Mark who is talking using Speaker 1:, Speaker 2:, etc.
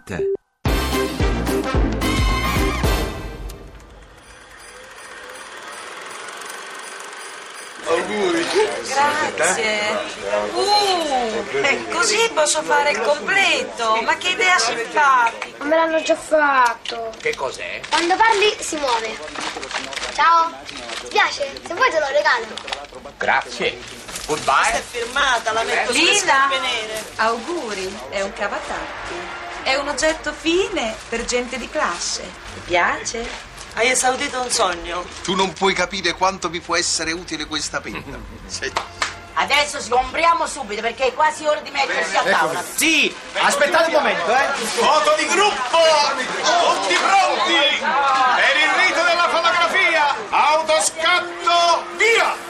Speaker 1: radio2pod.rai.it
Speaker 2: Auguri.
Speaker 3: Grazie. Uh, eh, così posso fare il completo. Ma che idea simpatica.
Speaker 4: Ma me l'hanno già fatto.
Speaker 5: Che cos'è?
Speaker 4: Quando parli si muove. Ciao. Ti piace? Se vuoi te lo regalo.
Speaker 5: Grazie. Goodbye.
Speaker 6: firmata, la metto sulle
Speaker 3: Lina,
Speaker 6: scarpe nere.
Speaker 3: auguri, è un cavatappi. È un oggetto fine per gente di classe. Ti piace?
Speaker 6: Hai esaudito un sogno.
Speaker 2: Tu non puoi capire quanto vi può essere utile questa penna. Se-
Speaker 7: Adesso sgombriamo subito perché è quasi ora di mettersi a tavola.
Speaker 5: Sì, aspettate un momento, eh.
Speaker 8: Foto di gruppo! Tutti pronti! Per il rito della fotografia! Autoscatto, via!